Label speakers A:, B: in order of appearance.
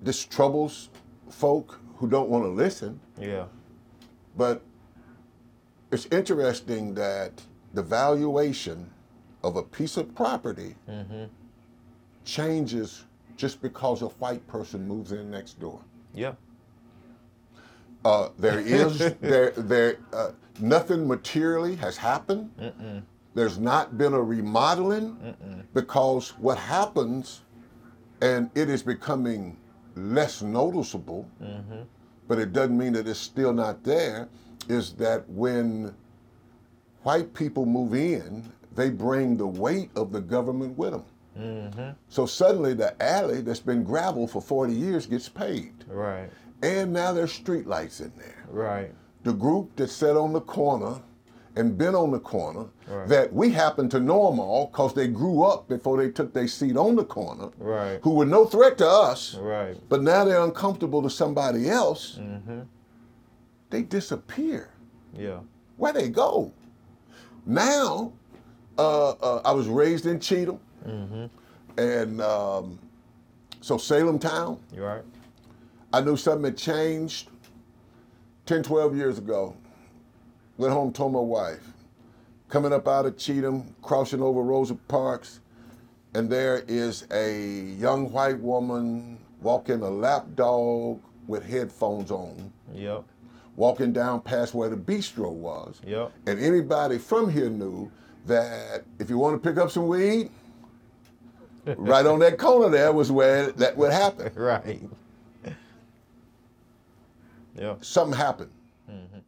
A: this troubles folk who don't want to listen.
B: Yeah.
A: But it's interesting that the valuation of a piece of property changes just because a white person moves in next door.
B: Yeah.
A: Uh, there is there there uh, nothing materially has happened. There's not been a remodeling because what happens, and it is becoming less noticeable, but it doesn't mean that it's still not there. Is that when white people move in, they bring the weight of the government with them. So suddenly, the alley that's been gravel for 40 years gets paved.
B: Right.
A: And now there's streetlights in there.
B: Right.
A: The group that sat on the corner and been on the corner
B: Right.
A: that we happen to know them all because they grew up before they took their seat on the corner,
B: Right.
A: who were no threat to us,
B: Right.
A: but now they're uncomfortable to somebody else.
B: Mm-hmm.
A: They disappear.
B: Yeah.
A: Where they go? Now, uh, uh, I was raised in Cheatham,
B: Mm-hmm.
A: and um, so Salem Town.
B: You all right?
A: I knew something had changed 10, 12 years ago. Went home, told my wife. Coming up out of Cheatham, crossing over Rosa Parks, and there is a young white woman walking a lap dog with headphones on,
B: Yep.
A: walking down past where the bistro was.
B: Yep.
A: And anybody from here knew that if you want to pick up some weed, right on that corner there was where that would happen.
B: Right. Yeah.
A: something happened.